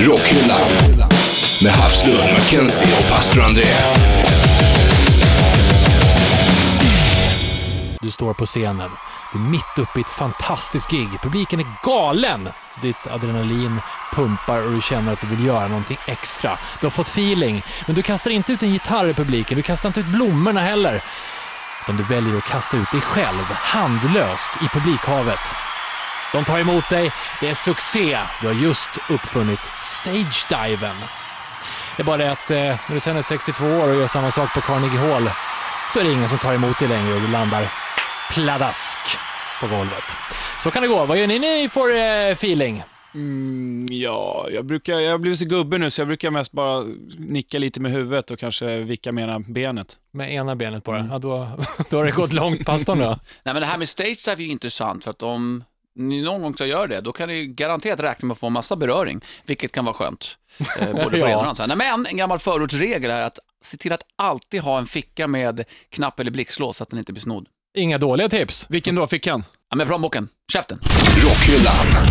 Rockhyllan med Havslund, Mackenzie och pastor André. Du står på scenen. Du är mitt uppe i ett fantastiskt gig. Publiken är galen. Ditt adrenalin pumpar och du känner att du vill göra någonting extra. Du har fått feeling, men du kastar inte ut en gitarr i publiken. Du kastar inte ut blommorna heller. Utan du väljer att kasta ut dig själv, handlöst, i publikhavet. De tar emot dig. Det är succé. Du har just uppfunnit stage-diven. Det är bara det att eh, när du sen är 62 år och gör samma sak på Carnegie Hall så är det ingen som tar emot dig längre och du landar pladask på golvet. Så kan det gå. Vad gör ni när ni får eh, feeling? Mm, ja, jag, brukar, jag har blivit så gubbe nu så jag brukar mest bara nicka lite med huvudet och kanske vicka med ena benet. Med ena benet bara. Ja, då, då har det gått långt, pastorn då. Nej men det här med stage dive är ju intressant för att om ni någon gång ska göra det, då kan ni garanterat räkna med att få en massa beröring, vilket kan vara skönt. Eh, både på Ja. ena och andra sidan. Nej, Men en gammal förortsregel är att se till att alltid ha en ficka med knapp eller blixtlås så att den inte blir snodd. Inga dåliga tips. Vilken då? Fickan? Ja men plånboken, käften! Rockhyllan.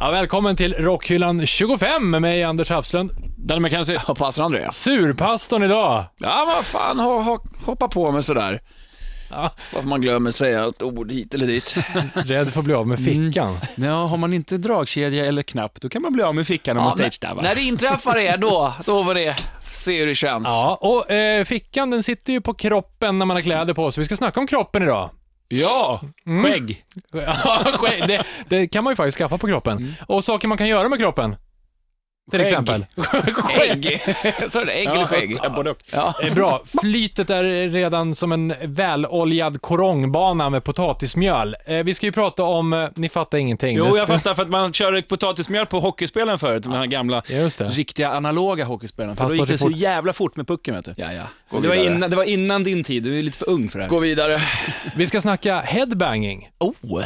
Ja, välkommen till Rockhyllan 25 med mig, Anders Hafslund. Danne McKenzie? Ja, passar André. Surpastorn idag. Ja, vad fan, ho, ho, hoppa på mig sådär. Ja. Varför man glömmer säga ett ord hit eller dit. Rädd för att bli av med fickan. Ja, har man inte dragkedja eller knapp, då kan man bli av med fickan om man när- stage-divar. när det inträffar är då, då var det, se hur det känns. Ja, och eh, fickan den sitter ju på kroppen när man har kläder på sig. Vi ska snacka om kroppen idag. Ja, skägg. Ja, skägg, det, det kan man ju faktiskt skaffa på kroppen. Och saker man kan göra med kroppen. Till Skägg. exempel. Ägg! Så är det, ägg eller skägg? Ja, både och. Ja. Det är bra. Flytet är redan som en väloljad korongbana med potatismjöl. Eh, vi ska ju prata om, eh, ni fattar ingenting. Jo, Det- jag fattar, för att man körde potatismjöl på hockeyspelen förut, de här gamla Ja, Just det. riktiga analoga hockeyspelen. För Fast då då gick det det så fort- jävla fort med pucken, vet du. Ja, ja. Gå Det var, vidare. innan, det var innan din tid, du är lite för ung för det här. Gå vidare. Vi ska snacka headbanging. Oh!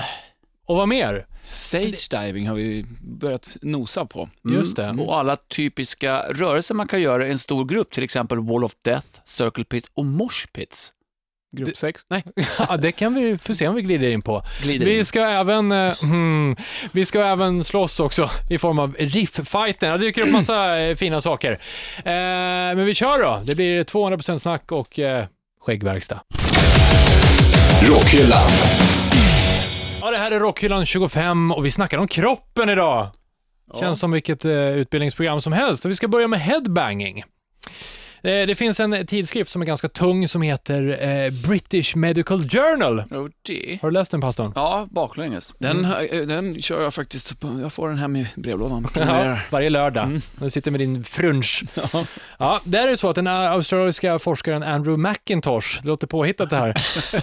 Och vad mer? Mm. Stage diving har vi börjat nosa på. Just det. Mm. Och alla typiska rörelser man kan göra i en stor grupp, till exempel Wall of Death, Circle Pit och Mosh Pits. Grupp 6? Nej. Ja, det kan vi få se om vi glider in på. Glider vi in. ska även, eh, hmm, vi ska även slåss också i form av riff-fighten. Ja, Det dyker upp massa eh, fina saker. Eh, men vi kör då. Det blir 200% snack och eh, skäggverkstad. Rockhyllan. Ja, det här är Rockhyllan 25 och vi snackar om kroppen idag. Känns som vilket eh, utbildningsprogram som helst. Och vi ska börja med headbanging. Eh, det finns en tidskrift som är ganska tung som heter eh, British Medical Journal. Och det... Har du läst den, pastorn? Ja, baklänges. Den, Mm. eh, den kör jag faktiskt, på- jag får den hem i brevlådan. Ja, Ja. varje lördag. Mm. Du sitter med din frunsch. Ja. där är det så att den australiska forskaren Andrew McIntosh, det låter påhittat det här,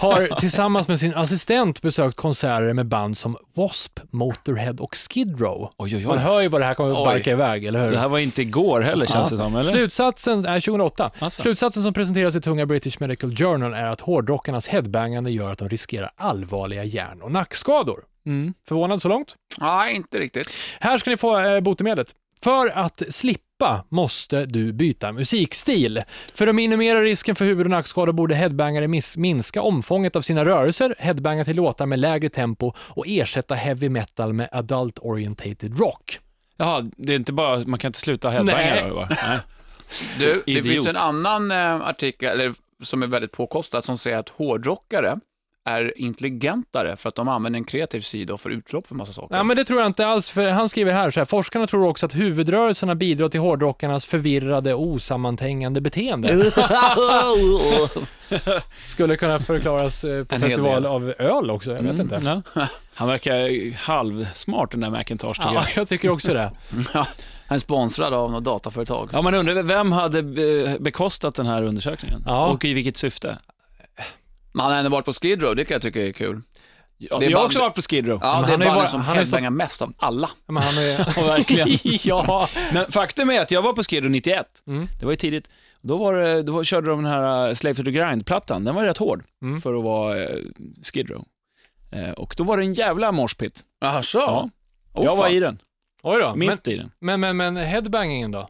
har tillsammans med sin assistent besökt konserter med band som W.A.S.P., Motorhead och Skid Row. Oj, oj, Man oj. hör ju vad det här kommer att Oj. barka iväg, eller hur? Det här var inte igår heller känns det som, eller? Slutsatsen, är 2008. Alltså. Slutsatsen som presenteras i tunga British Medical Journal är att hårdrockarnas headbangande gör att de riskerar allvarliga hjärn och nackskador. Mm. Förvånad så långt? Nej, inte riktigt. Här ska ni få eh, botemedlet. För att slippa måste du byta musikstil. För att minimera risken för huvud och nackskador borde headbangare mis- minska omfånget av sina rörelser, headbanga till låtar med lägre tempo och ersätta heavy metal med adult orientated rock. Jaha, det är inte bara, man kan inte sluta headbanga Nej. då, va? Nej. Du, det Idiot. finns en annan eh, artikel eller, som är väldigt påkostad som säger att hårdrockare är intelligentare för att de använder en kreativ sida och får utlopp för massa saker. Nej, men det tror jag inte alls, för han skriver här så här, forskarna tror också att huvudrörelserna bidrar till hårdrockarnas förvirrade och osammanhängande beteende. Skulle kunna förklaras eh, på En hel festival del. av öl också, jag vet inte. Ja. Han verkar halvsmart den där Macintosh tycker Ja, jag. jag tycker också det. Ja, Han är sponsrad av något dataföretag. Ja, man undrar vem hade eh, bekostat den här undersökningen Ja. och i vilket syfte? Man har ändå varit på Skid Row, det kan jag tycka är kul. Ja, det är jag har band- också varit på Skid Row. Ja, Men det är han har ju banden varit- som han har ju stått- headbangar mest av alla. Men han är... Ja, verkligen. ja. Men faktum är att jag var på Skid Row 91. Mm. Det var ju tidigt. Då, var, det- då var, körde de den här eh, Slave to the Grind-plattan. Den var rätt hård Mm. för att vara eh, Skid Row. Eh, och då var det en jävla moshpit. Jaså? Ja. Ja. Åh, jag var fan. i den. Oj då. Men, Mitt i den. men, men, men headbangingen då?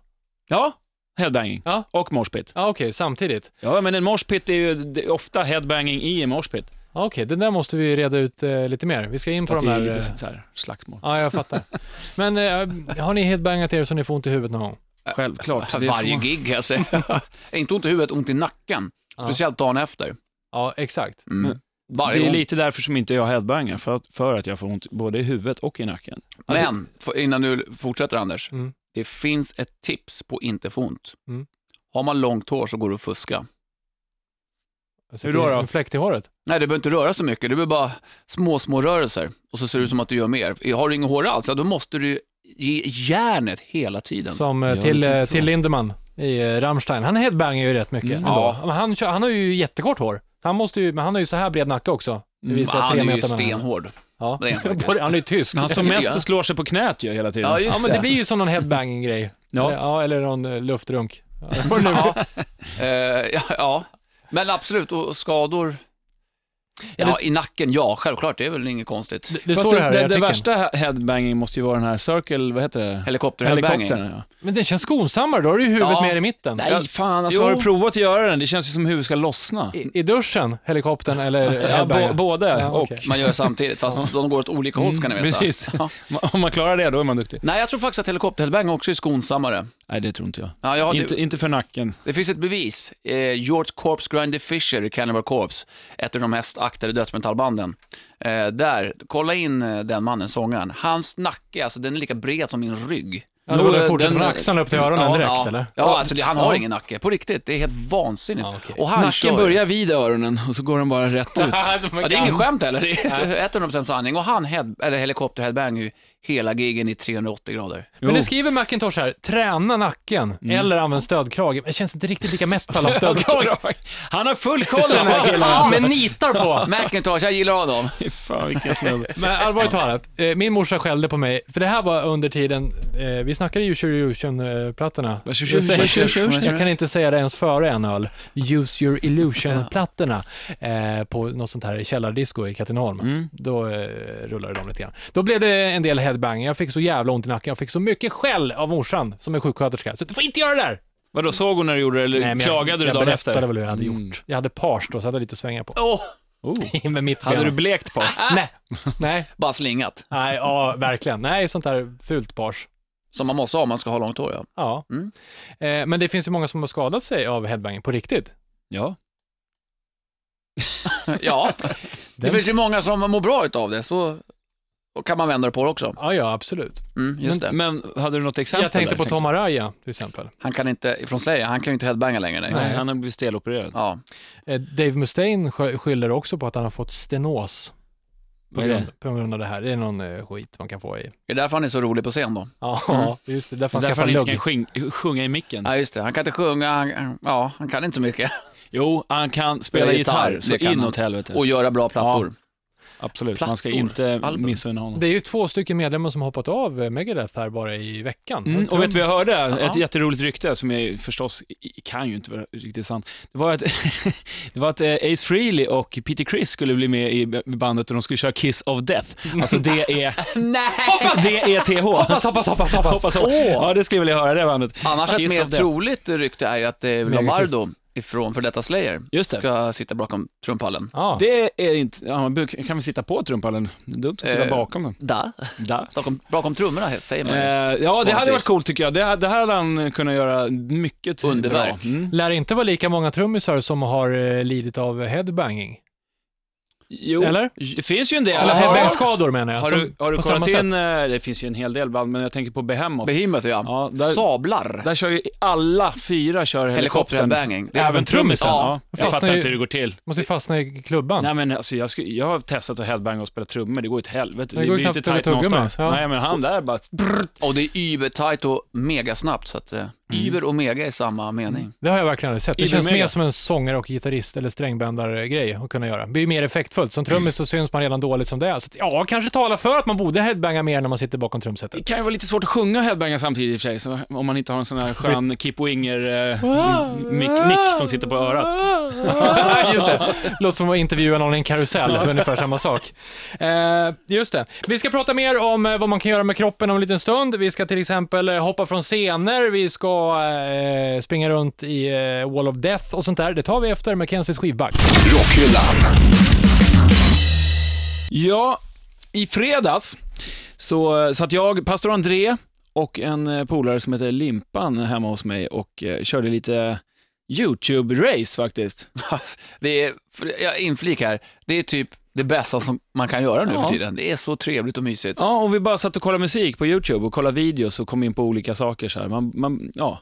Ja, headbanging. Ja. Och moshpit. Ja, okej, samtidigt. Ja, men en moshpit är ju det är ofta headbanging i en moshpit. Okej, den där måste vi reda ut eh, lite mer. Vi ska in på Fast de det är här... lite eh, så här slagsmål. Ja, jag fattar. Men eh, har ni helt bangat er så ni får ont i huvudet någon gång? Självklart. det får Varje man- gig alltså. inte ont i huvudet, ont i nacken. Ja. Speciellt dagen efter. Ja, exakt. Mm. Varje Det är gång. lite därför som inte jag headbangar, för att, för att jag får ont både i huvudet och i nacken. Alltså- Men, för- innan du fortsätter Anders. Mm. Det finns ett tips på inte få ont. Mm. Har man långt hår så går det att fuska. Alltså, Hur då det är då? En fläkt i håret. Nej, du behöver inte röra så mycket. Du behöver bara små, små rörelser och så ser det ut som att du gör mer. Har du inget hår alls, ja, då måste du ge järnet hela tiden. Som eh, Ja, det till, tänkte eh, jag så. till Lindemann i eh, Rammstein. Han headbangar ju rätt mycket Mm. ändå. Ja. Men han, kör, han har ju jättekort hår. Han måste ju, men han har ju så här bred nacke också. Det vill Men säga Mm. han tre är ju meter mellan- stenhård. Ja. Det är han faktiskt. han är ju tysk. Han står Alltså, mest och slår sig på knät ju hela tiden. Ja, just Ja, men det blir ju som någon headbanging-grej. Ja. Eller, ja, eller någon eh, luftrunk. Vad det nu var. Eh, ja, ja, men absolut. Och skador Eller- ja, i nacken, ja, självklart. Det är väl inget konstigt. Det, det Fast står här i det, det artikeln. värsta headbanging måste ju vara den här circle, vad heter det? Helikopterheadbanging. Helikoptern, Men den känns skonsammare, då har du ju huvudet Ja. mer i mitten. ja. ja. Fan, alltså Jo. har du provat att göra den? Det känns ju som huvudet ska lossna. I, I duschen, helikoptern eller Ja, headbanging. bo, både Ja, och. okej. Man gör samtidigt, fast de- de går åt olika håll ska ni veta. Mm, Precis. Ja. Om man klarar det, då är man duktig. Nej, jag tror faktiskt att helikopterheadbang också är skonsammare. Nej, det tror inte jag. Ja, jag har, inte, inte för nacken. Det finns ett bevis. Eh, George Corpse Grinder Fisher i Cannibal Corpse, ett av de mest aktade dödsmetallbanden. Eh, där, kolla in eh, den mannen, sångaren. Hans nacke, alltså den är lika bred som min rygg. Ja, då Jo, var det fortsätter den- från axlarna upp till öronen direkt ja. eller? Ja, alltså det, han har Ja. ingen nacke. På riktigt, det är helt vansinnigt. Ja, okej. Och han nacken kör. börjar vid öronen och så går den bara rätt ut. Ja, det är inget skämt heller, det är 100% sanning. Och han head, eller helikopterheadbang ju hela gigen i 380 grader. Men Jo. det skriver Macintosh här, träna nacken eller använd stödkrage. Men Det känns inte riktigt lika metal av stödkrage. Han har full koll den här killen. alltså. Ja, med nitar på. Macintosh, jag gillar av dem. Fy Fan, vilken snubbe. Men allvarligt talat, eh, min morsa skällde på mig, för det här var under tiden, eh, vi snackade ju eh, Illusion-plattorna. Use your illusion. Jag kan inte säga det ens före en öl. Use your illusion-plattorna eh, på något sånt här källardisco i Katrineholm. Mm. Då eh, rullade de lite grann. Då blev det en del headbang. Jag fick så jävla ont i nacken. Jag fick så mycket skäll av morsan som är sjuksköterska. Så du får inte göra det där! Vadå, såg hon när du gjorde det eller men jag, klagade du jag dagen berättade efter? Mm. väl hur jag hade gjort. Jag hade pars då, så jag hade lite att svänga på. Åh, Oh. Med mitt Hade du ben. Ah! blekt på? Nej, nej, bara slingat. nej, ja, verkligen. Nej, sånt där fult pars. Som man måste ha om man ska ha långt hår, ja. Ja. Mm. Eh, men det finns ju många som har skadat sig av headbanging på riktigt. Ja. Ja, det Den- finns ju många som mår bra utav det, så och kan man vända det på det också. Ja, ja, absolut. Mm, just det. Men hade du något exempel? Jag tänkte där, på Tom Araya till exempel. Han kan inte, från Slayer, han kan ju inte headbanga längre. Nej. Nej, han har blivit stelopererad. Ja. Eh, Dave Mustaine skö- skyller också på att han har fått stenos på Vad är grund, det? på grund av det här. Det är någon eh, skit man kan få i. Det är därför han är så rolig på scen Mm. då. Ja, just det. Därför han Därför skaffar han inte lugg. kan sjung- sjunga i micken. Ja, just det. Han kan inte sjunga, han, ja, han kan inte så mycket. Jo, han kan spela Spela gitarr, gitarr, så det kan inåt han. helvete. Och göra bra plattor. Absolut, plattor, man ska inte album. missunna honom. Det är ju två stycken medlemmar som har hoppat av eh, Megadeth här bara i veckan. Mm, och vet du vad jag hörde? Ett Ja. jätteroligt rykte som jag förstås i- kan ju inte vara riktigt sant. Det var att, det var att eh, Ace Frehley och Peter Criss skulle bli med i b- bandet och de skulle köra Kiss of Death. Alltså det är... Nej! Hoppas det är TH! Hoppas, hoppas, hoppas, hoppas. Hoppas jag. Ja, det skulle jag vilja höra det bandet. Annars ett Kiss mer of Death. troligt rykte är ju att eh, Megakiss. Lombardo ifrån för detta Slayer Just det. ska sitta bakom trumpallen. Ja. Det är inte... Ja, man brukar- kan vi sitta på trumpallen? Dumt att sitta Eh. bakom den. Da. Där. Bakom, bakom trummorna säger man Eh, ju. ja, det hade varit Vanligtvis. coolt tycker jag. Det, här- det här hade han kunnat göra mycket Underverk. bra. Mm. Lär inte vara lika många trummisar som har eh, lidit av headbanging. Jo, Eller? det finns ju en del. Alltså, Eller Ja. headbangskador menar jag. Har som- du, har du på kollat samma in, eh, det finns ju en hel del band, men jag tänker på Behemoth. Behemoth ja. Ja, där- Sablar. Där kör ju alla fyra kör helikoptern. Helikopterheadbanging. Det är- Även trummisen. Ja. Ja, Fast jag fattar nu- inte hur det går till. Måste ju fastna i klubban. Nej men alltså jag, skulle, jag har testat att headbanga och spela trummor, det går ju åt helvete. Det Det, går blir ju knappt inte att tajt tugga med, någonstans. ja. Nej men han där bara... Och det är übertajt och megasnabbt, så att eh, Mm. über och mega är samma mening. Det har jag verkligen aldrig sett. Det Ibi känns Mega. mer som en sångare och gitarrist eller strängbändare-grej att kunna göra. Det blir mer effektfullt. Som trummis så syns man redan dåligt som det är. Så att, ja, kanske talar för att man borde headbanga mer när man sitter bakom trumsetet. Det kan ju vara lite svårt att sjunga och headbanga samtidigt i och för sig, så om man inte har en sån här skön Kip Winger eh, mick, nick som sitter på örat. just det. Låter som att intervjua någon i en karusell, ungefär samma sak. Eh, just det. Vi ska prata mer om eh, vad man kan göra med kroppen om en liten stund. Vi ska till exempel eh, hoppa från scener, vi ska eh, springa runt i eh, Wall of Death och sånt där. Det tar vi efter Mackenzies skivback. Rockhyllan. Ja, i fredags så eh, satt jag, pastor André och en eh, polare som heter Limpan hemma hos mig och eh, körde lite YouTube-race faktiskt. Det är, för- jag inflik här, det är typ det bästa som man kan göra nu Ja. för tiden. Det är så trevligt och mysigt. Ja, och vi bara satt och kollade musik på YouTube och kollade videos och kom in på olika saker så här. Man, man, ja.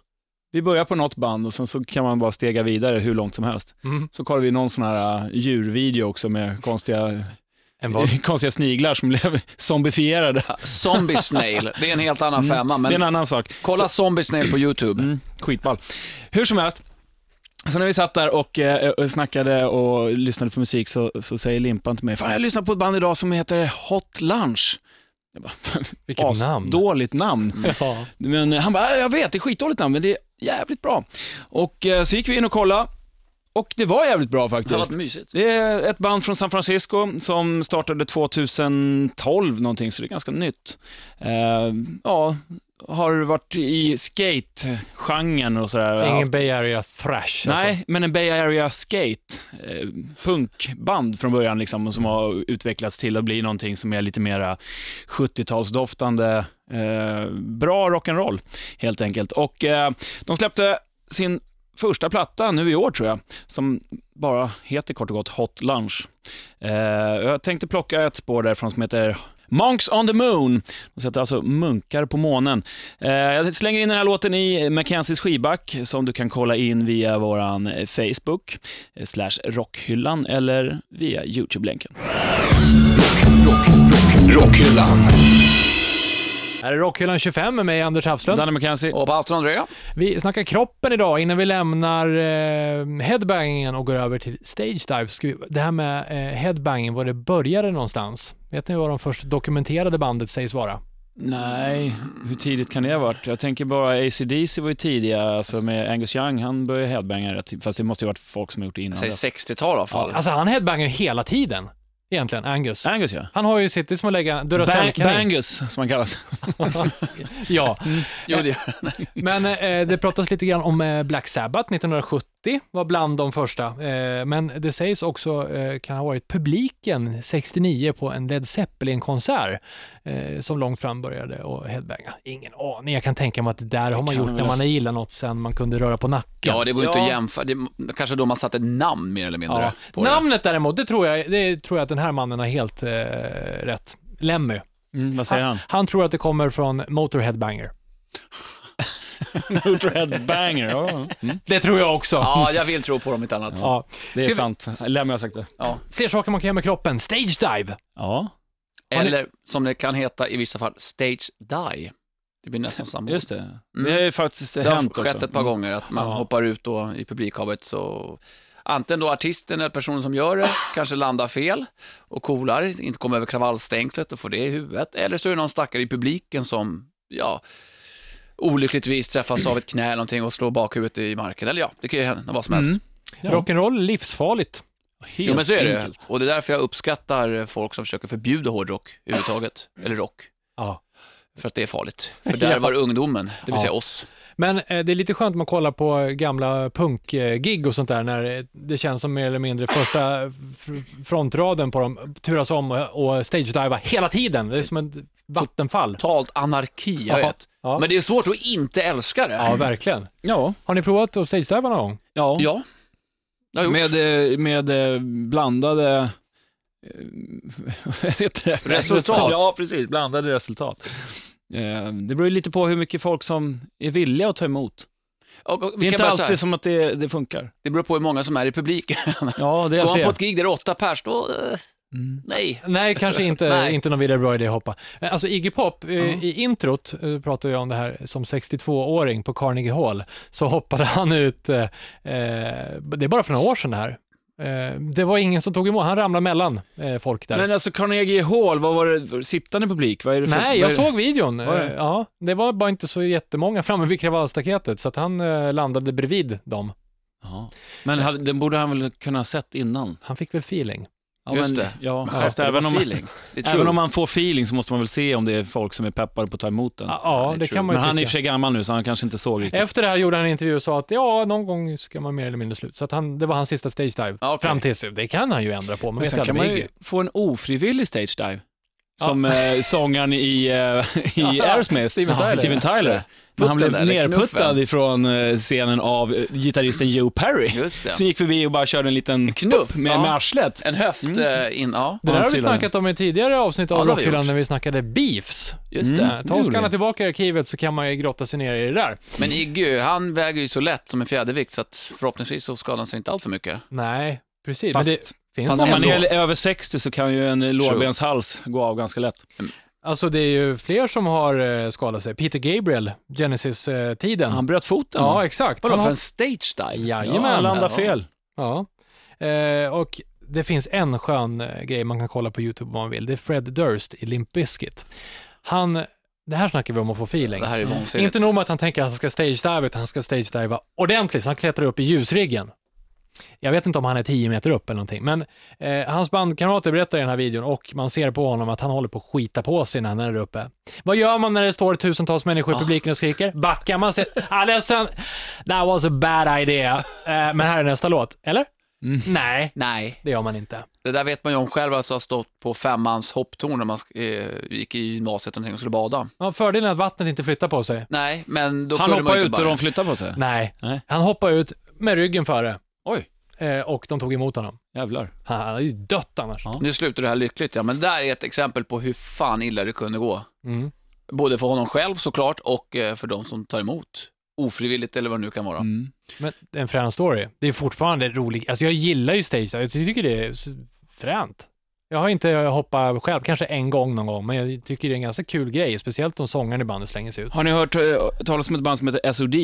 Vi börjar på något band och sen så kan man bara stega vidare hur långt som helst. Mm. Så kollade vi någon sån här eh, djurvideo också med konstiga, En vad? konstiga sniglar som blev zombifierade. Zombie Snail, det är en helt annan femma, men Mm. Det är en annan sak. kolla Zombie Snail på YouTube. Mm, skitball. Hur som helst, så när vi satt där och eh, och snackade och lyssnade på musik så, så säger Limpan till mig, Fan, jag lyssnar på ett band idag som heter Hot Lunch. Jag bara, Vilket namn. Mm. Dåligt namn. Ja. Men han bara, "Ja, jag vet, det är skitdåligt namn, men det är jävligt bra. Och eh, så gick vi in och kollade, och det var jävligt bra Det har varit faktiskt. mysigt. Det är ett band från San Francisco som startade 2012 någonting, så det är ganska nytt. Eh, ja, har varit i skate-genren och sådär. Ingen Haft- Bay Area Thrash alltså. Nej, men en Bay Area Skate, eh, punkband från början liksom, och som har utvecklats till att bli någonting som är lite mera 70-talsdoftande, eh, bra rock'n'roll helt enkelt. Och eh, de släppte sin första platta nu i år tror jag, som bara heter kort och gott Hot Lunch. Eh, jag tänkte plocka ett spår därifrån som heter Monks on the Moon. De heter alltså Munkar på månen. Eh, jag slänger in den här låten i Mackenzies skivback som du kan kolla in via våran Facebook, eh, slash rockhyllan eller via YouTube-länken. Rockhyllan. Här är Rockhyllan 25 med mig, Anders Hafslund. Danny Mackenzie. Och pastor André, Vi snackar kroppen idag innan vi lämnar eh, headbangingen och går över till stage dives. Ska vi- Det här med eh, headbanging, var det började någonstans? Vet ni vad de först dokumenterade bandet sägs vara? Nej, hur tidigt kan det ha varit? Jag tänker bara ACDC var ju tidiga, alltså med Angus Young, han började headbanga rätt tidigt, fast det måste ju varit folk som gjort det innan. jag säger dess. 60-tal i alla fall. Alltså han headbangar ju hela tiden, egentligen, Angus. Angus ja. Han har ju sitt, det är som att lägga Bang, Duracell-kanin. bangus, som han kallas. Ja, Jo, det men eh, det pratas lite grann om eh, Black Sabbath 1970, var bland de första. Eh, men det sägs också eh, kan ha varit publiken 69 på en Led Zeppelin-konsert eh, som långt fram började och headbanga. Ingen aning, jag kan tänka mig att det där har man kan gjort man när väl- man gillar något sen man kunde röra på nacken. Ja, det går inte Ja. att jämföra. Det är kanske då man satte namn mer eller mindre. Ja. På det. Namnet däremot, det tror, jag, det tror jag att den här mannen har helt eh, rätt. Lemmy. Mm, vad säger han? Han tror att det kommer från Motorheadbanger. Motorhead banger. ja. Mm. Det tror jag också. Ja, jag vill tro på dem, inte annat. Ja. Ja. Det är Ska vi- sant. Lämna jag sagt det. Fler saker man kan göra med kroppen. Stage dive. Ja, Har ni- Eller som det kan heta i vissa fall, stage die. Det blir nästan samma ord. just det. Det har ju faktiskt Det har hänt också. Mm. skett ett par gånger att man Ja. hoppar ut då i publikhavet så antingen då artisten eller personen som gör det kanske landar fel och kolar, inte kommer över kravallstängslet och får det i huvudet. Eller så är det någon stackare i publiken som, ja, olyckligtvis träffas av ett knä eller någonting och slår bakhuvudet i marken. Eller ja, det kan ju hända vad som helst. Mm. Ja. Rock'n'roll, livsfarligt. Helt Jo, men så är det. enkelt. Och det är därför jag uppskattar folk som försöker förbjuda hårdrock överhuvudtaget, eller rock. Ja. För att det är farligt. För där var det ungdomen, det vill Ja. säga oss. Men eh, det är lite skönt att man kollar på eh, gamla punkgig och sånt där när eh, det känns som mer eller mindre första fr- frontraden på dem turas om och och stage-diva hela tiden. Det är som ett vattenfall. Totalt anarki, jag Ja. vet. Ja. Men det är svårt att inte älska det. Ja, verkligen. Ja. Har ni provat att stage-diva någon gång? ja. Ja. Det har jag gjort. Med, eh, med eh, blandade... eh, vad heter det? Resultat. Ja, precis. Blandade resultat. Eh, Det beror ju lite på hur mycket folk som är villiga att ta emot. och, och, Det vi är kan inte bara, så här, alltid som att det, det funkar. det beror på hur många som är i publiken. Ja, det är Går alltså man på det. ett gig där det är åtta pers, då... eh, Mm. Nej. Nej, kanske inte, Nej. inte någon vidare bra idé att hoppa. Eh, Alltså Iggy Pop, eh, i introt eh, pratade jag om det här som 62-åring på Carnegie Hall, så hoppade han ut, eh, eh, det är bara för några år sedan det här. Eh, det var ingen som tog emot, han ramlade mellan eh, folk där. Men alltså Carnegie Hall, vad var det? Sittande publik? Vad är det för, Nej, vad jag är det? såg videon. Var det? Eh, Ja, det var bara inte så jättemånga framme vid kravallstaketet, så att han eh, landade bredvid dem. Ja. Men hade- den borde han väl kunna ha sett innan? Han fick väl feeling. Ja, Just men- det. Ja, Men fast skärpa även dig om, på feeling. Det är även om true. man får feeling så måste man väl se om det är folk som är peppade på att ta emot den. Ja, ja, det är det true. kan man Men ju han är i och tycka. för sig gammal nu, så han kanske inte såg riktigt. Efter det här gjorde han en intervju och sa att ja, någon gång ska man mer eller mindre slut. Så att han, det var hans sista stage dive. Ja, okej. Fram tills, det kan han ju ändra på, man Ah, Men vet sen aldrig kan med man ju Iggy. få en ofrivillig stage dive. Som eh, sångaren i, eh, i Aerosmith, Steven Tyler. Steven Just Tyler. det. När han blev Putten där, eller nerputtad knuffen. ifrån eh, scenen av eh, gitarristen Joe Perry. Just det. Som gick förbi och bara körde en liten Knuff med, med Mm. ja. arslet. En höft eh, in, ja. Det där Han har vi trillade. snackat om i tidigare avsnitt Ja, av det har vi Rockhyllan gjort. när vi snackade beefs. Eh, Just Mm. det. Ta och gjorde skanna vi. tillbaka i arkivet så kan man ju grotta sig ner i det där. Men Iggy, han väger ju så lätt som en fjädervikt, så att förhoppningsvis så skadar han sig inte allt för mycket. Nej, precis. Fast- men det finns fast någon Om man ändå. är över 60 så kan ju en lårbenshals gå av ganska lätt. Alltså det är ju fler som har eh, skadat sig. Peter Gabriel, Genesis-tiden. Han bröt foten. ja, exakt. Vadå, Han för har- en stage dive? ja, Jajamän. han landade Ja. fel. Ja. Eh, och det finns en skön eh, grej man kan kolla på YouTube om man vill. Det är Fred Durst i Limp Bizkit. Han, det här snackar vi om att få feeling. Det här är vansinnigt. Inte nog med att han tänker att han ska stage-diva, utan han ska stage-diva ordentligt, så han klättrar upp i ljusriggen. Jag vet inte om han är 10 meter upp eller någonting, men eh, hans bandkamrater berättar i den här videon och man ser på honom att han håller på att skita på sig när han är där uppe. Vad gör man när det står tusentals människor i Ah. publiken och skriker? Backar man sig? Ah, ledsen. That was a bad idea. Eh, men här är nästa låt, eller? Mm. Nej, Nej. det gör man inte. Det där vet man ju om själv, alltså har stått på femmans hopptorn när man eh, gick i gymnasiet och någonting och skulle bada. Ja, Fördelen är att vattnet inte flyttar på sig. Nej, men då Han kunde man hoppade ju ut inte och bara... de flyttade på sig. Nej, Nej. han hoppar ut med ryggen före Oj, eh, och de tog emot honom. jävlar. Han han hade ju dött annars. Ja. Nu slutar det här lyckligt, ja. Men där är ett exempel på hur fan illa det kunde gå. Mm. Både för honom själv såklart och eh, för de som tar emot. Ofrivilligt eller vad det nu kan vara. Mm. Men det är en frän story. Det är fortfarande roligt. Alltså jag gillar ju stage dive. Jag tycker det är s- fränt. Jag har inte hoppat själv, kanske en gång någon gång, men jag tycker det är en ganska kul grej, speciellt om sångaren i bandet slänger sig ut. Har ni hört eh, talas om ett band som heter SOD?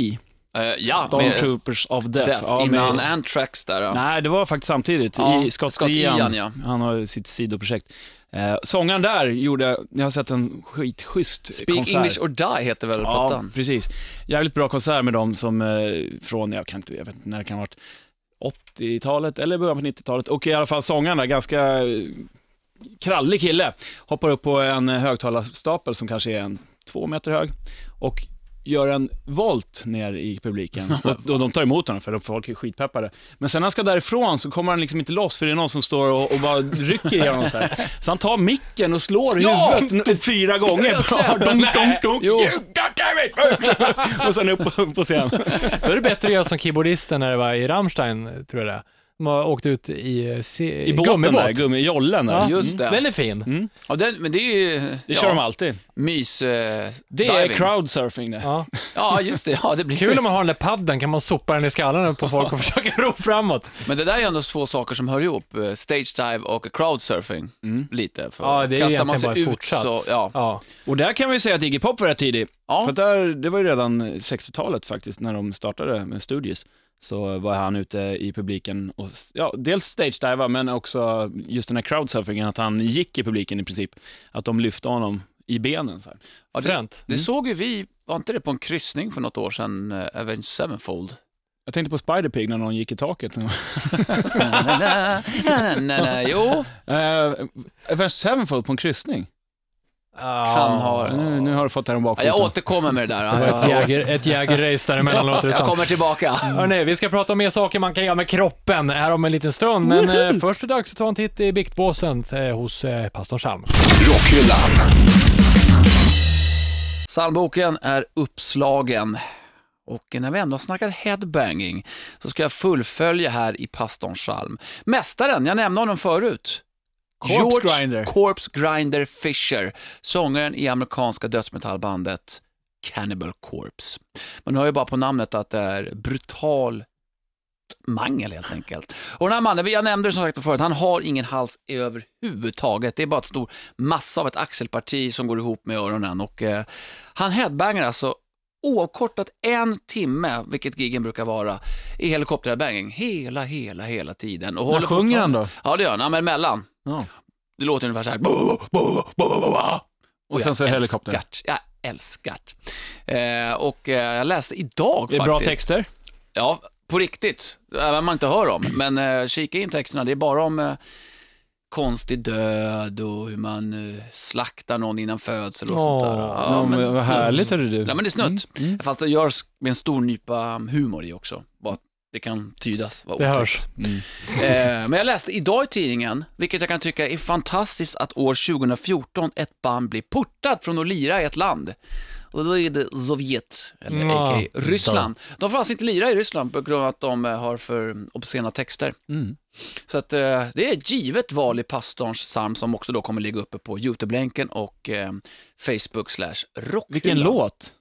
Eh, ja, med Stormtroopers of Death. Death Ja, innan med- Anthrax där. Ja. Nej, det var faktiskt samtidigt. Ja, I Scott, Scott Ian, Ian, ja. han har ju sitt sidoprojekt. Eh, sångaren där gjorde, jag har sett en skitschysst Speak konsert. English or Die heter väl Ja, plattan? precis. Jävligt bra konsert med dem som eh, från, jag kan inte, jag vet inte när det kan ha varit, 80-talet eller början på 90-talet. Och i alla fall sångaren där, ganska eh, krallig kille, hoppar upp på en eh, högtalarstapel som kanske är en två meter hög och gör en volt ner i publiken. Och, och de tar emot honom för de folk är skitpeppade. Men sen när han ska därifrån så kommer han liksom inte loss för det är någon som står och, och bara rycker i honom så, här. så han tar micken och slår i Ja! huvudet n- fyra gånger. Bra, dunk, dunk, dunk. Jo. You goddamn it! och sen upp upp på scen. Då är det bättre att göra som keyboardisten när det var i Rammstein, tror jag det är. De har åkt ut i, eh, se, I båten där, gummijollen där. Ja. Just det. Mm. Den är fin. Ja, den, men det är ju... Det ja, kör de alltid. Mys... Eh, Det är diving. crowdsurfing det. Ja. Ja, just det. Ja, det blir Kul om man har den där padden, kan man sopa den i skallen på folk och försöka ro framåt. Men det där är ändå två saker som hör ihop. eh, Stage dive och crowdsurfing. Lite. För Mm. Ja, det är kastar man egentligen sig bara ut fortsatt. så... Ja. Ja. Och där kan vi säga att Iggy Pop var rätt tidig. Ja. För att där, det var ju redan 60-talet faktiskt, när de startade med Studios. Så var han ute i publiken och, ja, dels stage-diva, men också just den här crowdsurfingen, att han gick i publiken i princip. Att de lyfte honom i benen så här. Ja, det, Fränt. det såg ju vi, var inte det på en kryssning för något år sedan, eh, Avenged Sevenfold? Jag tänkte på Spider-Pig när någon gick i taket. na, na, na, na, na, na. Jo, Uh, Avenged Sevenfold på en kryssning. Ah. kan ha... Nu, nu har du fått det här om eh, Ja, bakfoten. jag återkommer med det där. Ja, Ett jäger- ett jägerrace däremellan låter det jag som. kommer tillbaka. Hörrni, vi ska prata om mer saker man kan göra med kroppen här om en liten stund. Men eh, först är det dags att ta en titt i biktbåsen eh, hos eh, pastorn Salm. Rockhyllan. Psalmboken är uppslagen. Och när vi ändå har snackat headbanging så ska jag fullfölja här i pastorns psalm. Mästaren, jag nämnde honom förut. Corpse George Grinder. Corpse Grinder Fisher, sångaren i amerikanska dödsmetallbandet Cannibal Corpse. Man hör ju bara på namnet att det är brutal mangel helt enkelt. Och den här mannen, jag nämnde det som sagt förut, han har ingen hals överhuvudtaget. Det är bara ett stor massa av ett axelparti som går ihop med öronen och eh, han headbangar alltså oavkortat en timme, vilket gigen brukar vara, i helikopterheadbanging hela, hela, hela tiden. Och När håller sjunger han fortfarande- då? Ja, det gör han. Ja, men mellan. Ja. Det låter ungefär så här. Bo, bo, bo, bo, bo, bo. Och sen så är det helikopter. älskar- Jag älskar det. eh, Och eh, jag läste idag Det är faktiskt. bra texter. Ja, på riktigt. Även om man inte hör dem. Men eh, kika in texterna. Det är bara om eh, konstig död och hur man eh, slaktar någon innan födsel och sånt Åh, där. Ja, men vad snutt. härligt hörde du. Ja, men det är snutt. Mm, mm. Fast det görs med en stor nypa humor i också. Bara att det kan tydas. Vad Det otäckt. hörs. Mm. Eh, men jag läste idag i tidningen, vilket jag kan tycka är fantastiskt, att år 2014 ett band blir portat från att lira i ett land. Och då är det Sovjet, eller Ja. a.k.a. Ryssland. De får alltså inte lira i Ryssland på grund av att de eh, har för obscena texter. Mm. Så att, eh, det är ett givet val i pastorns psalm som också då kommer ligga uppe på YouTube-länken och eh, Facebook slash rock. Vilken låt.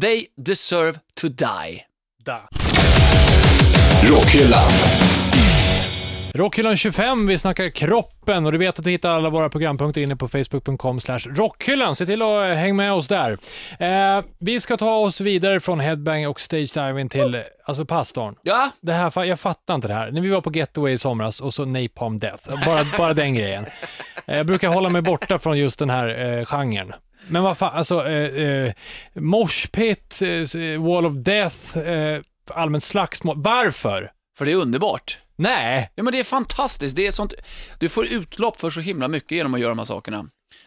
They deserve to die. Rockhyllan. Rockhyllan 25, vi snackar kroppen och du vet att du hittar alla våra programpunkter inne på facebook.com slash rockhyllan. Se till att eh, häng med oss där. Eh, vi ska ta oss vidare från headbang och stage diving till, eh, alltså pastorn. Ja, Det här, fa- jag fattar inte det här. När vi var på Getaway i somras och så Napalm Death, bara, bara den grejen. Eh, Jag brukar hålla mig borta från just den här eh, genren. Men vad fan, alltså eh, eh, mosh pit, eh, wall of death, eh, allmänt slagsmål. Varför? för det är underbart. Nej, Ja, men det är fantastiskt. Det är sånt... Du får utlopp för så himla mycket genom att göra de här sakerna.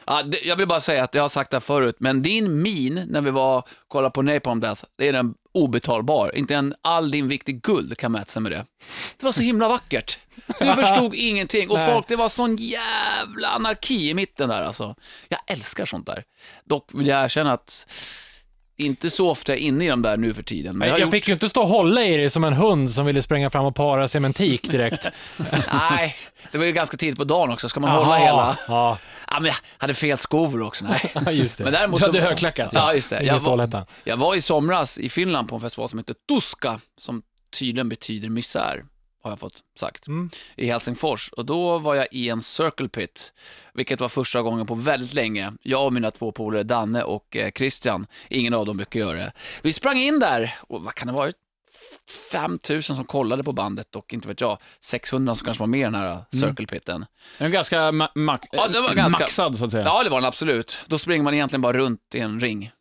Ja, det, jag vill bara säga att jag har sagt det här förut, men din min när vi var och kollade på Napalm Death, det är den obetalbar. Inte en, all din vikt i guld kan mäta sig med det. Det var så himla vackert. Du förstod ingenting och Nej. folk, det var sån jävla anarki i mitten där alltså. Jag älskar sånt där. Dock vill jag erkänna att inte så ofta är jag inne i de där nu för tiden. Men Jag, jag, har gjort... fick ju inte stå och hålla i dig som en hund som ville spränga fram och para sementik direkt. Nej, det var ju ganska tidigt på dagen också. Ska man hålla Jaha, hela... Ja, Ja, men jag hade fel skor också. Nej. just det. Men däremot Du hade så- högklackat, Ja, just det. Ingen Jag var, stålhätta. jag var i somras i Finland på en festival som heter Tuska, som tydligen betyder misär, har jag fått sagt, Mm. i Helsingfors. Och då var jag i en circle pit, vilket var första gången på väldigt länge. Jag och mina två polare, Danne och eh, Christian, ingen av dem brukar göra det. Vi sprang in där, och vad kan det ha varit? 5 000 som kollade på bandet och inte vet jag, 600 som kanske var med i den här circle piten. Den var ganska ma- ma- Ja, den var ganska- maxad så att säga. Ja, det var den absolut. Då springer man egentligen bara runt i en ring.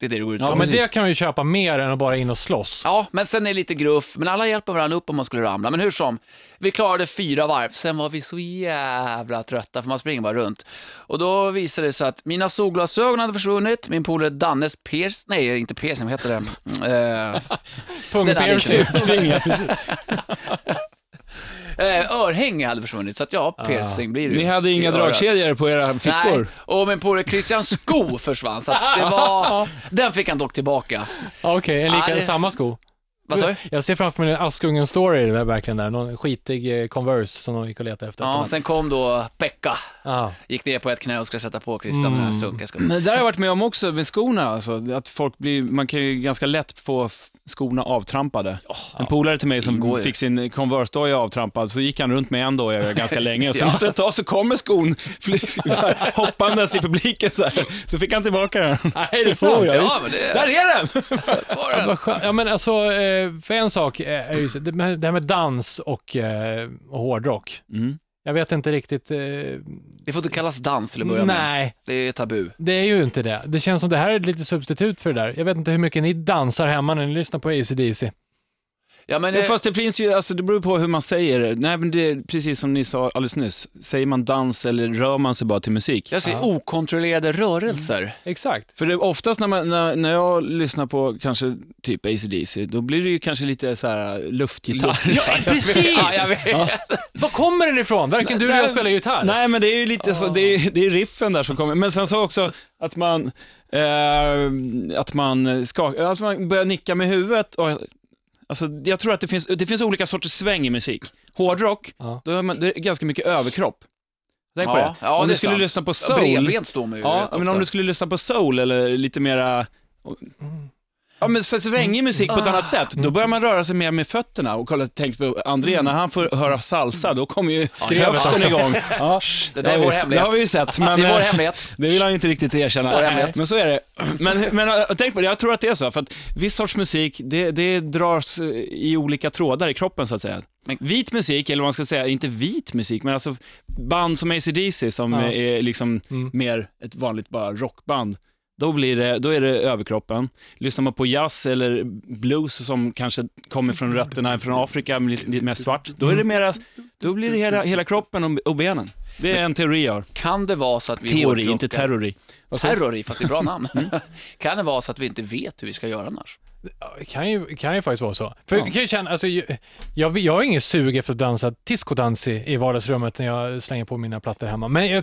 Det är det det går ut på. Ja, men precis. det kan man ju köpa mer än att bara in och slåss. Ja, men sen är det lite gruff, men alla hjälper varandra upp om man skulle ramla. Men hur som, vi klarade fyra varv, sen var vi så jävla trötta för man springer bara runt. Och då visade det sig att mina solglasögon hade försvunnit, min polare Dannes piercing, nej inte piercing, vad heter det? Mm, eh, Pungpiercing. eh, örhänge hade försvunnit, så att ja, piercing blir det ju Ah. Ni hade i inga örat. dragkedjor på era Nej, fickor? och min polare Christians sko försvann, så att det var... Den fick han dock tillbaka. Okej, en lika, Ja, det- samma sko. Vad sa du? Jag ser framför mig en Askungen-story där, verkligen där. Någon skitig eh, Converse som de gick och letade efter. Ja, sen kom då Pekka. Ja. Gick ner på ett knä och ska sätta på Christian den här Mm. sunkiga skon. Men det där har jag varit med om också med skorna. Alltså, att folk blir, man kan ju ganska lätt få f- skorna avtrampade. en polare till mig Ingår som ju. fick sin Converse-doja avtrampad, så gick han runt med en doja ganska länge. Och sen efter ett tag så kommer skon fly- så här, hoppandes i publiken så här. Så fick han tillbaka den. Nej, det såg jag. Ja, men det Där är den! var Ja, den. vad skönt. Ja, men alltså, eh, för en sak, eh, är ju det med- det här med dans och, eh, och hårdrock. Mm. Jag vet inte riktigt... eh, Det får inte kallas dans till att börja med. Nej, Det är tabu. Det är ju inte det. Det känns som det här är ett litet substitut för det där. Jag vet inte hur mycket ni dansar hemma när ni lyssnar på AC/DC. Ja, men, Ja, eh, fast det finns ju, alltså det beror på hur man säger det. Nej men det är precis som ni sa alldeles nyss. Säger man dans eller rör man sig bara till musik? Jag ser okontrollerade Mm. rörelser. Exakt. För det är oftast när, man, när, när jag lyssnar på kanske typ AC/DC, då blir det ju kanske lite så här luftgitarr. Ja, precis! Ja, jag vet. Var kommer den ifrån? Varken du eller jag spelar gitarr. Nej men det är ju lite så, det är, det är riffen där som kommer. Men sen så också att man, eh, att man skakar, att man börjar nicka med huvudet och Alltså, jag tror att det finns, det finns olika sorters sväng i musik. Hårdrock, Ja. då är man, det är ganska mycket överkropp. Tänk på Ja, det. ja, om det du är skulle sant. lyssna på Ja, soul, Bredbent står man ju Ja, rätt men ofta. om du skulle lyssna på soul eller lite mera Ja men så svängig musik på ett annat sätt, då börjar man röra sig mer med fötterna och kolla, tänk på André, när han får höra salsa, då kommer ju höften igång. Ja, Det där är ja, vår visst. Det hemlighet. har vi ju sett, men Det är vår eh, hemlighet. det vill han ju inte riktigt Vår erkänna. hemlighet. Men så är det. Men, men eh, tänk på det, jag tror att det är så, för att viss sorts musik, det, det dras eh, i olika trådar i kroppen så att säga. Men- Vit musik, eller vad man ska säga, inte vit musik, men alltså band som AC/DC som Ja. eh, är liksom Mm. mer ett vanligt bara rockband. Då, blir det, då är det överkroppen. Lyssnar man på jazz eller blues som kanske kommer från rötterna från Afrika, men lite, lite mer svart, då är det mera, Då blir det hela, hela kroppen och, och benen. Det är en teori jag har. Kan det vara så att vi Teori, hårdrockar- inte terrori. Vad säger du? Mm. Terrori, för att det är bra namn. Kan det vara så att vi inte vet hur vi ska göra annars? Ja, det kan ju, kan ju faktiskt vara så. För jag kan ju känna, alltså, ju- jag, jag har ingen sug efter att dansa discodans i, i vardagsrummet när jag slänger på mina plattor hemma. Men jag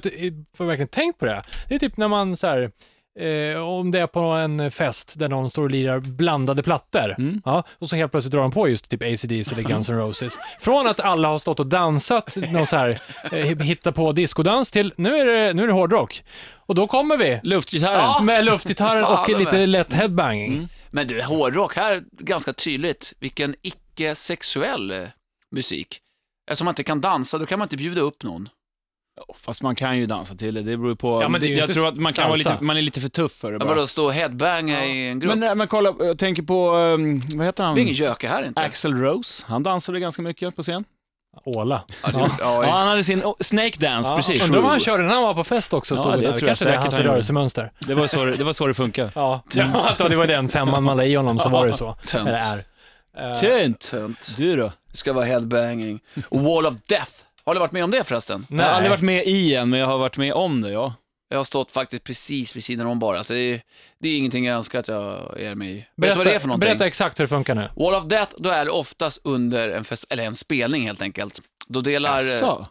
har verkligen tänkt på det. här. Det är typ när man så här, eh, om det är på en fest där någon står och lirar blandade plattor. Mm. Ja, och så helt plötsligt drar de på just typ ACDC eller Guns N' Roses. Från att alla har stått och dansat, någon så här, eh, hitta på discodans till nu är det, nu är det hårdrock. Och då kommer vi. Luftgitarren. Med luftgitarren och Fan, lite men- Mm. lätt headbanging. Men du, hårdrock här, ganska tydligt, vilken icke-sexuell eh, musik. Eftersom man inte kan dansa, då kan man inte bjuda upp någon. Fast man kan ju dansa till det, det beror ju på. Ja, men det är ju jag inte tror att man, kan vara salsa. lite, man är lite för tuff för det Ja, bara. vadå, stå och headbanga i en grupp? men, Men, nej, men kolla, jag tänker på, ehm, vad heter han? det är ingen göke här inte. Axel Rose, han dansade ganska mycket på scen. Åla. Ja, det- ja, Ja, han hade sin oh, snake dance, precis. Undrar vad han körde när han var på fest också, Ja, stod det det där. tror jag kanske det är säkert hans han gjorde. rörelsemönster. Det var så det, det, var så det funkade. Ja, ja det var den femman man la i honom, så var det så. Tönt. Eller är. Eh, Tönt. Tönt. Du då? Det ska vara headbanging. Och Wall of Death. Har du varit med om det förresten? Jag har Nej, aldrig varit med i en, men jag har varit med om det, ja. Jag har stått faktiskt precis vid sidan om bara. Alltså, det, är, det är ingenting jag önskar att jag är med i. Vet berätta, du vad det är för någonting? eh, berätta exakt hur det funkar nu. Wall of Death, då är det oftast under en, fest, eller en spelning helt enkelt. Då delar... eh, Jaså?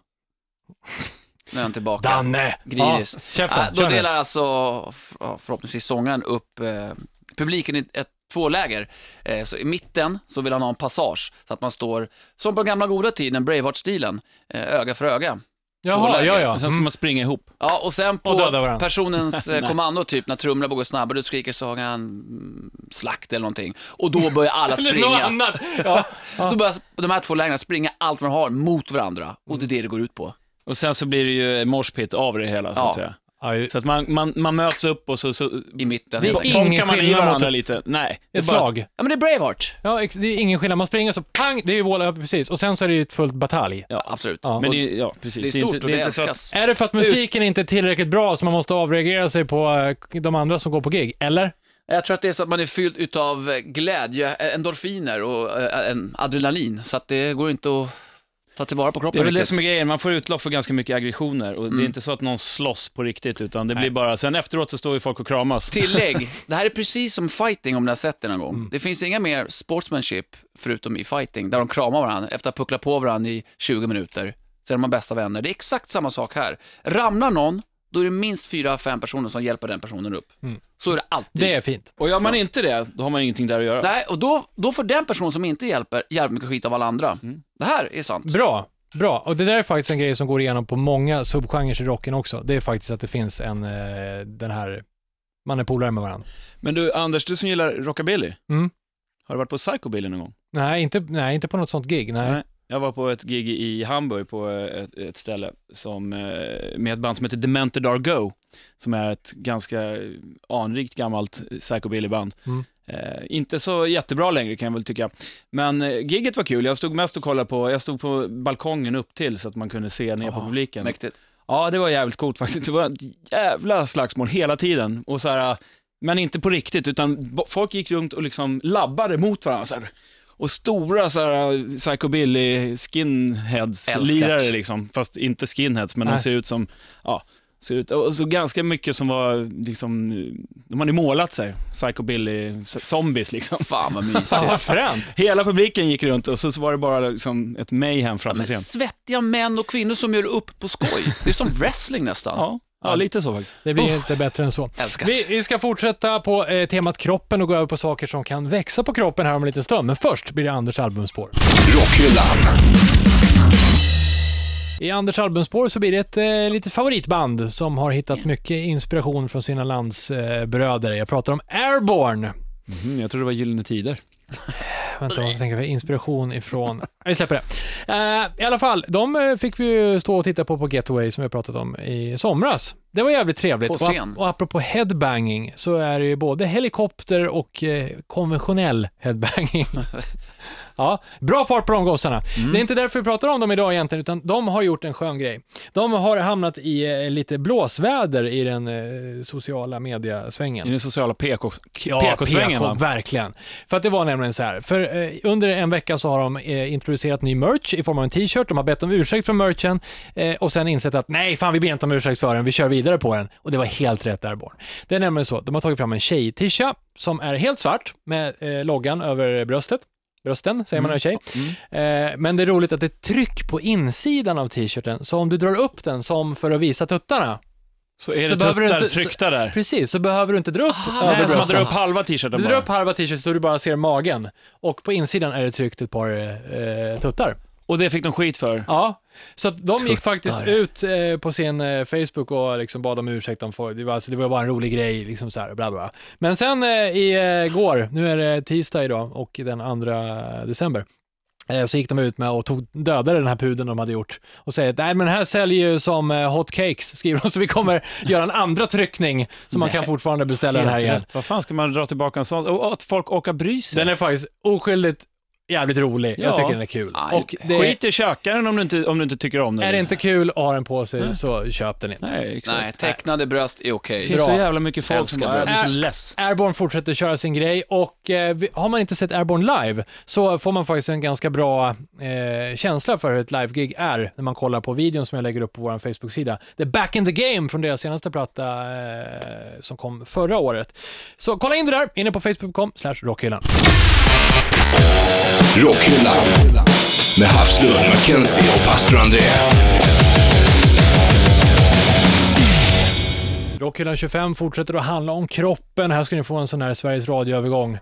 Nu är han tillbaka. Alltså. Danne! Griris. Ja, käften, Äh, då kör nu. delar alltså för- förhoppningsvis sångaren upp eh, publiken i ett, två läger. Eh, så I mitten så vill han ha en passage, så att man står som på den gamla goda tiden, Braveheart-stilen, eh, öga för öga. Jaha, ja, ja. Sen ska Mm. man springa ihop. Ja, och sen på Och döda varandra. personens eh, kommando, typ när trumlorna börjar gå snabbare, då skriker sagan mm, slakt eller någonting. Och då börjar alla Eller något springa. annat. Ja. Då börjar de här två lägren springa allt vad de har mot varandra. Och det är det det går ut på. Och sen så blir det ju morspit av det hela, så att Ja. säga. Ja, ju- Så att man, man, man möts upp och så, så I mitten. Det är helt enkelt. ingen bonkar man i skillnad mot varandra ett- lite. Nej, det är ett bara- slag. Ja, men det är Braveheart. Ja, ex- det är ingen skillnad. Man springer så pang, det är ju våla, precis. Och sen så är det ju ett fullt batalj. Ja, absolut. Ja. Men det, är- ja, precis. Det är stort inte- och det inte så att- älskas. Är det för att musiken inte är tillräckligt bra så man måste avreagera sig på eh, de andra som går på gig? Eller? Jag tror att det är så att man är fylld utav glädje, eh, endorfiner och eh, en adrenalin, så att det går inte att ta tillvara på Det kroppen är väl det riktigt. som är grejen, man får utlopp för ganska mycket aggressioner och det är inte så att någon slåss på riktigt utan det blir bara, sen efteråt så står ju folk och kramas. Tillägg, det här är precis som fighting om ni har sett det någon Mm. gång. Det finns inga mer sportsmanship förutom i fighting, där de kramar varandra efter att ha pucklat på varandra i 20 minuter. Sen är man bästa vänner. Det är exakt samma sak här. Ramlar någon, då är det minst fyra, fem personer som hjälper den personen upp. Mm. Så är det alltid. Det är fint. Och gör man inte det, då har man ingenting där att göra. Nej, och då, då får den person som inte hjälper jävligt mycket skit av alla andra. Mm. Det här är sant. Bra, bra. Och det där är faktiskt en grej som går igenom på många subgenrer i rocken också. Det är faktiskt att det finns en, eh, den här, man är polare med varandra. Men du Anders, du som gillar rockabilly, Mm. har du varit på psychobilly någon gång? Nej, inte, nej, inte på något sånt gig. Nej. Nej. Jag var på ett gig i Hamburg på eh, ett, ett ställe som, eh, med ett band som heter Demented Are Go, som är ett ganska anrikt gammalt psychobilly-band. Mm. Eh, inte så jättebra längre kan jag väl tycka. Men eh, gigget var kul, jag stod mest och kollade på, jag stod på balkongen upp till så att man kunde se ner på Ah, publiken. Mäktigt. Ja, det var jävligt coolt faktiskt. Det var ett jävla slagsmål hela tiden. Och så här, men inte på riktigt, utan bo- folk gick runt och liksom labbade mot varandra. Så här. Och stora så här, psychobilly skinheads-lirare Älskat. liksom. Fast inte skinheads, men Nej. de ser ut som, ja, ser ut, och så ganska mycket som var liksom, de hade målat sig, psychobilly-zombies liksom. Fan vad mysigt. Fan Ja, vad fränt. Hela publiken gick runt och så så var det bara liksom ett mayhem framför men scenen. svettiga män och kvinnor som gör upp på skoj. Det är som wrestling nästan. Ja, ja, lite så faktiskt. Det blir Uff. inte bättre än så. Älskat. Vi, vi ska fortsätta på eh, temat kroppen och gå över på saker som kan växa på kroppen här om en liten stund. Men först blir det Anders albumspår. Rockhyllan. I Anders albumspår så blir det ett eh, litet favoritband som har hittat mycket inspiration från sina landsbröder. Eh, bröder. Jag pratar om Airborne. Mm, jag tror det var Gyllene Tider. Vänta, vad ska tänka för inspiration ifrån... Vi släpper det. Eh, I alla fall, de eh, fick vi ju stå och titta på på Getaway som vi har pratat om i somras. Det var jävligt trevligt. På scen. Och, och apropå headbanging så är det ju både helikopter och eh, konventionell headbanging. Ja, bra fart på de gossarna. Mm. Det är inte därför vi pratar om dem idag egentligen, utan de har gjort en skön grej. De har hamnat i eh, lite blåsväder i den eh, sociala mediasvängen. I den sociala PK, Ja, PK-svängen, va? PK, verkligen. För att det var nämligen så här, för eh, under en vecka så har de eh, introducerat ny merch i form av en t-shirt, de har bett om ursäkt för merchen eh, och sen insett att nej, fan vi ber inte om ursäkt för den, vi kör vidare på den. Och det var helt rätt där Born. Det är nämligen så, att de har tagit fram en tjej-tisha som är helt svart med eh, loggan över bröstet. Brösten, säger Mm. man när tjej. Eh, men det är roligt att det är tryck på insidan av t-shirten, så om du drar upp den som för att visa tuttarna, Så är Så det behöver du tuttar inte- tryckta där? precis, så behöver du inte dra upp Nej, över så man brösten. drar upp halva t-shirten Du drar bara. upp halva t-shirten så du bara ser magen och på insidan är det tryckt ett par eh, tuttar. Och det fick de skit för. Ja, så att de gick Tuttar. faktiskt ut eh, på sin eh, Facebook och liksom bad om ursäkt. Om folk. det, var, alltså, det var bara en rolig grej, liksom så här, bla bla. Men sen eh, i, eh, går, nu är det tisdag idag och den 2 december, eh, så gick de ut med och tog, dödade den här pudeln de hade gjort och säger att nej men den här säljer ju som eh, hot cakes, skriver de, så vi kommer göra en andra tryckning så man kan fortfarande beställa den här Helt igen. rätt. Vad fan ska man dra tillbaka en sån? Och att folk orkar bry sig. Den är faktiskt oskyldigt jävligt rolig. Jag Ja. tycker den är kul. Aj, och det, Skit i kökaren om du inte, om du inte tycker om den. liksom. är det inte kul att ha den på sig så köp den inte. Nej, exakt. Nej, tecknade bröst är okej. Det finns Bra. så jävla mycket folk som Älskar bara... bröst. Äh, less. Airborne fortsätter köra sin grej och eh, vi- har man inte sett Airborne live så får man faktiskt en ganska bra eh, känsla för hur ett live-gig är när man kollar på videon som jag lägger upp på vår Facebook-sida. Det är Back in the Game från deras senaste platta eh, som kom förra året. Så kolla in det där, inne på facebook.com slash rockhyllan. Rockhyllan. Med Havslund, Mackenzie och pastor André. Rockhyllan 25 fortsätter att handla om kroppen. Här ska ni få en sån här Sveriges Radio-övergång.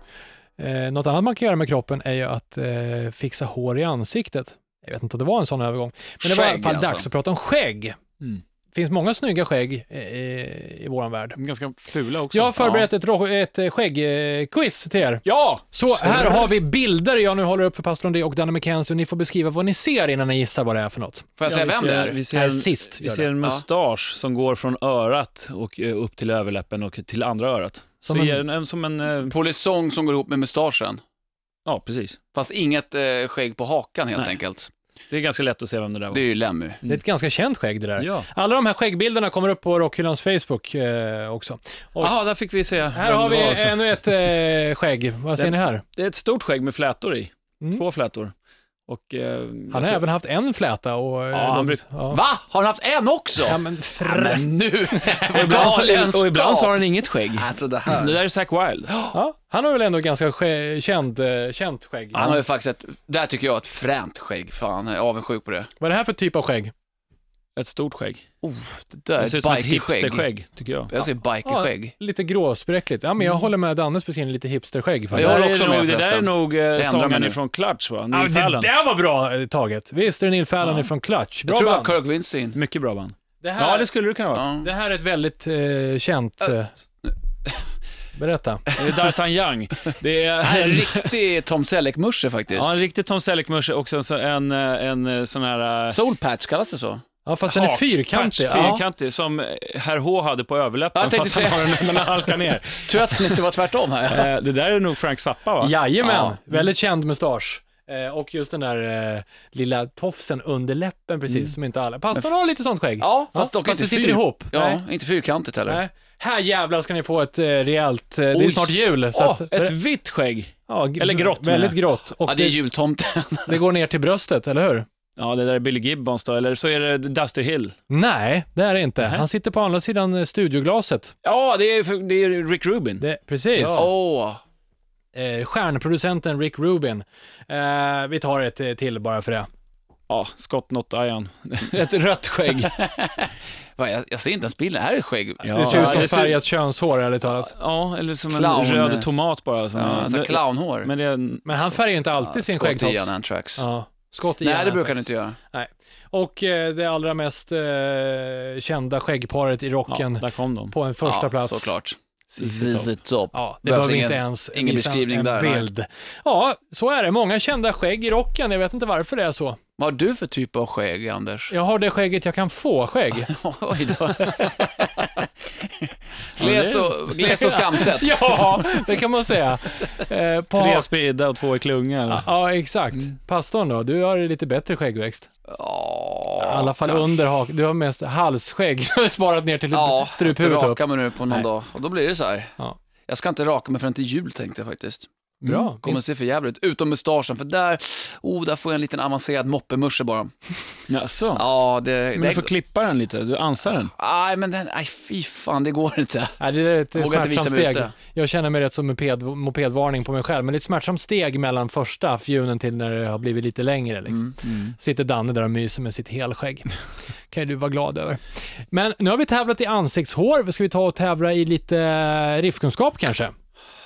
Eh, något annat man kan göra med kroppen är ju att eh, fixa hår i ansiktet. Jag vet inte om det var en sån övergång. Men det var i alla Skägg, fall alltså. dags att prata om skägg. Mm. Det finns många snygga skägg eh, i, i våran värld. Ganska fula också. Jag har förberett ett, ro- ett eh, skäggquiz till er. Ja! Så här har vi bilder jag nu håller upp för pastor André och Danne McKenzie och ni får beskriva vad ni ser innan ni gissar vad det är för något. Får jag säga vi Alltså, vem det ser- är? Vi ser Här en, sist vi gör ser det. en mustasch som går från örat och eh, upp till överläppen och till andra örat. Som så en- ger den en, som en... eh, Polisong som går ihop med mustaschen. Ja, precis. Fast inget eh, skägg på hakan helt enkelt. Det är ganska lätt att se vem det där var. Det är ju Lemmy. Det är ett ganska känt skägg det där. Ja. Alla de här skäggbilderna kommer upp på Rockhyllans Facebook eh, också. Och Jaha, där fick vi se Här vem har det var vi också. ännu ett eh, skägg. Vad ser Den- ni här? Det är ett stort skägg med flätor i. Mm. Två flätor. Och, eh, jag Han har tror- även haft en fläta och... eh, Ja, han låt- bruk- ja. Va? Har han haft en också? Ja, men frä... Men nu! och ibland, så, Galenskap. och ibland så har han inget skägg. Alltså det här. Det där är Zack Wilde. ja, han har väl ändå ganska skä... känd, eh, känt skägg? Han har ju faktiskt ett, där tycker jag ett fränt skägg. Fan, jag är avundsjuk på det. Vad är det här för typ av skägg? Ett stort skägg. Oh, det där Det ser ut som är ett bikerskägg. hipsterskägg, tycker jag. Jag säger bikerskägg. Lite gråspräckligt. Ja, men jag Mm. håller med Dannes beskrivning, lite hipsterskägg Jag faktiskt. har Det där är också nog, med Det där är förresten. nog eh, ändrar mig sångaren nu. ifrån Clutch, va? Ja, Neil det Fallon. där var bra eh, taget. Visst är det Neil Fallon Ja. ifrån Clutch? Bra Jag tror det var band. Kirk Vincent. Mycket bra band. det, här, Ja, det skulle det kunna vara. Ja. det här är ett väldigt eh, känt... Eh... Berätta. Det är D'Artagnan Young. Det är... Det här är en riktig Tom Selleck-musche faktiskt. Ja, en riktig Tom Selleck-musche också. En, så- en, eh, en eh, sån här... eh, Soul Patch kallas det så? Ja, fast den är hak- fyrkantig. patch, Ja. Fyrkantig, som eh, herr H hade på Ja, överläppen, jag tänkte fast han har säga- den när han halkar ner. Tror att det inte var tvärtom här. Eh, det där är nog Frank Zappa, va? Jajamän, Ja. väldigt känd mustasch. Eh, och just den där eh, lilla tofsen under läppen precis, som inte alla... Pastorn har lite sånt skägg. Ja, fast dock det inte sitter fyr- ihop. Nej. Ja, inte fyrkantigt heller. Nej. Här jävlar ska ni få ett eh, rejält... Eh, det är Oj. snart jul. Så Åh, att, ett vitt skägg. ja, g- eller grått, menar Väldigt jag. grått. Och Ja, det är det, jultomten. det går ner till bröstet, eller hur? Ja, det där är Billy Gibbons då, eller så är det Dusty Hill. Nej, det är det inte. Han sitter på andra sidan eh, studioglaset. Ja, det är, det är Rick Rubin. Det, precis. Åh, Eh, stjärnproducenten Rick Rubin. Eh, vi tar ett eh, till bara för det. Ja, Scott Not Iron. ett rött skägg. Vad, jag, jag ser inte ens bilden. Här är skägg. Ja, Det ser Ja, ut som det ser- färgat könshår, ärligt talat. Ja, eller som Clown. en röd tomat bara. Som en- alltså clownhår. Men det är en... Men han färgar ju inte alltid sin Skott i skäggtofs. Ian Antrax. Ja, skott i Nej, det hjärnan, brukar han faktiskt. inte göra. Och eh, det allra mest eh, kända skäggparet i Ja, rocken där kom de. på en första ja, plats. såklart. ZZ Top. ZZ Top. Ja, det behöver Behövs vi ingen- inte ens ingen visa beskrivning en där, nej. bild. Ja, så är det. Många kända skägg i rocken. Jag vet inte varför det är så. Vad har du för typ av skägg, Anders? Jag har det skägget jag kan få skägg. Oj då. glest, och, glest och skamset. ja, det kan man säga. Eh, på Tre hak- spridda och två i klungan. Ja, exakt. Mm. Pastorn då, du har lite bättre skäggväxt. Ja, I alla fall kanske. under hak. Du har mest halsskägg som är sparat ner till Ja, jag struphuvudet inte upp. raka mig nu på någon Nej. dag. Och då blir det så här. Ja. Jag ska inte raka mig förrän till jul tänkte jag faktiskt. Mm. Bra. Kommer se för jävligt ut. Utom mustaschen, för där, oh, där får jag en liten avancerad moppemusche bara. Jaså? Ja, det... Men det du får klippa den lite, du ansar den. Nej, men den, nej, fy fan, det går inte. Nej, det är ett Vågar inte visa smärtsamt mig steg. ute. Jag känner mig rätt som moped, mopedvarning på mig själv, men det är ett smärtsamt steg mellan första fjunen till när det har blivit lite längre. Liksom. Mm, Sitter Danne där och myser med sitt helskägg. kan ju du vara glad över. Men nu har vi tävlat i ansiktshår. Ska vi ta och tävla i lite eh, riffkunskap kanske?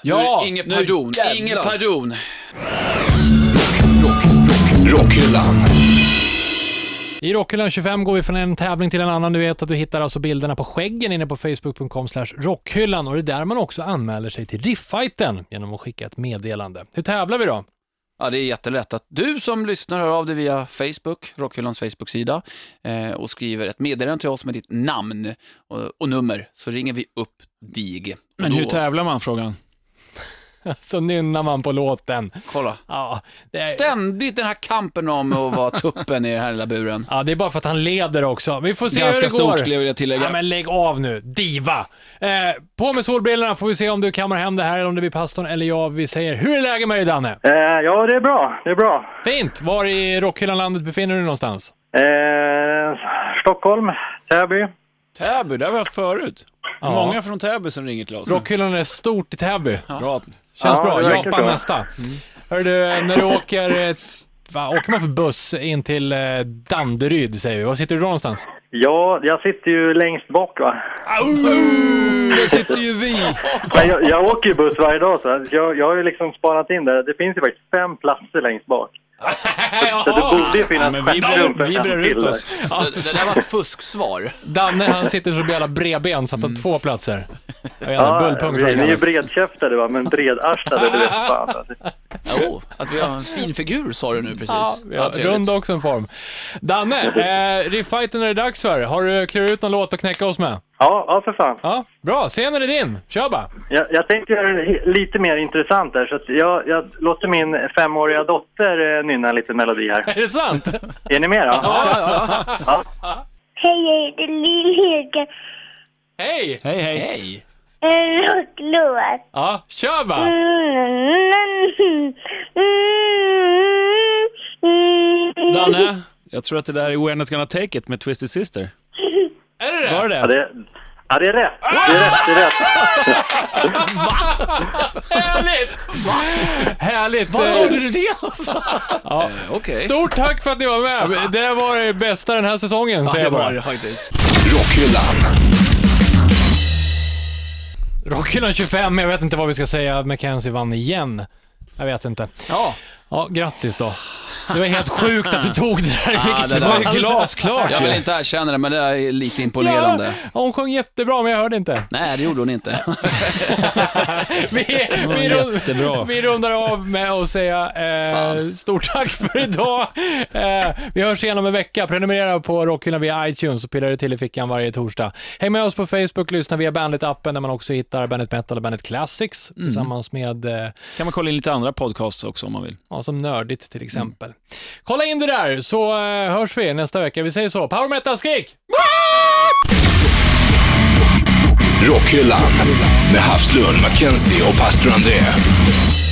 Nu, inget pardon, inget pardon. Rockhyllan. I Rockhyllan 25 går vi från en tävling till en annan. Du vet att du hittar alltså bilderna på skäggen inne på facebook.com slash rockhyllan och det är där man också anmäler sig till rifffighten genom att skicka ett meddelande. Hur tävlar vi då? Ja, det är jättelätt att du som lyssnar hör av dig via Facebook, Rockhyllans Facebook-sida eh, och skriver ett meddelande till oss med ditt namn och, och nummer, så ringer vi upp dig. Men Och hur då- tävlar man frågan? Så nynnar man på låten. Kolla. Ja, det är... Ständigt den här kampen om att vara tuppen i den här lilla buren. Ja, det är bara för att han leder också. Vi får se hur Ganska det går. stort skulle jag vilja tillägga. Ja, men lägg av nu, diva. Eh, på med solbrillorna får vi se om du kammar hem det här eller om det blir pastorn eller jag. Vi säger, hur är läget med dig Danne? Eh, ja, det är bra. Det är bra. Fint! Var i Rockhyllan-landet befinner du dig någonstans? Eh, Stockholm, Täby. Täby, det har vi haft förut. Det är Ja. Många från Täby som ringer till oss. Rockhyllan är stort i Täby. Bra. Känns Ja, bra. det verkar Japan så. nästa. Hör du, när du åker... eh, Va, åker man för buss in till eh, Danderyd säger vi? Var sitter du då någonstans? Ja, jag sitter ju längst bak va. Där sitter ju vi. Men jag, jag åker ju buss varje dag så att jag, jag har ju liksom spanat in där. Det finns ju faktiskt fem platser längst bak. Så Ah. att det borde ju Ja, finnas men vi, stjärtrum för brer, vi fem brer ut till oss. där. Det, det där var ett fusksvar. Danne han sitter så jävla bredben så att han Mm. har två platser. Och jävla Ja, bullpung vi, tror jag det ni är ju kallas. bredarkäftade va, men bredarslade det vet fan. alltså. Jo, att vi har en fin figur sa du nu precis. Ja, Ja, trevligt. rund också en form. Danne, eh, rifffighten är det dags för. Har du klurat ut någon låt att knäcka oss med? Ja, ja för fan. Ja, bra. Scenen är din. Kör bara. Jag, jag tänkte göra det he- lite mer intressant där så att jag, jag låter min femåriga dotter eh, nynna en liten melodi här. Är det sant? Är ni med då? Hej, jag heter Lill-Erik. Hej! Hej, hej. Hej! En rocklåt. Mm, Ja, kör bara. mm, Danne, jag tror att det där är When It's Gonna Take It med Twisted Sister. Är det det? Var det Ja, det? det, ja, det är rätt. Det är rätt, det är rätt. Härligt! Härligt! Eh, du det alltså? Ja. Eh, Okej. Stort tack för att ni var med. Det var det bästa den här säsongen, säger Det jag var bara. det faktiskt. Rockhyllan. Rockhyllan 25, jag vet inte vad vi ska säga. Mackenzie vann igen. Jag vet inte. Ja, Ja, grattis då. Det var helt sjukt att du tog det där. Ja, det där är glasklart jag vill inte erkänna det, men det är lite imponerande. Hon sjöng jättebra, men jag hörde inte. Nej, det gjorde hon inte. Vi, vi, jättebra. rund, vi rundar av med att säga eh, Fan. stort tack för idag. Eh, vi hörs igen om en vecka. Prenumerera på Rockhyllan via iTunes och pillar det till i fickan varje torsdag. Häng med oss på Facebook, lyssna via Bandit-appen där man också hittar Bandit Metal och Bandit Classics Mm. tillsammans med eh, Kan man kolla in lite andra podcasts också om man vill. ja, som Nördigt till exempel. Kolla in det där så eh, hörs vi nästa vecka. Vi säger så. Power metal-skrik! Rockhyllan. Med Havslund, Mackenzie och pastor André.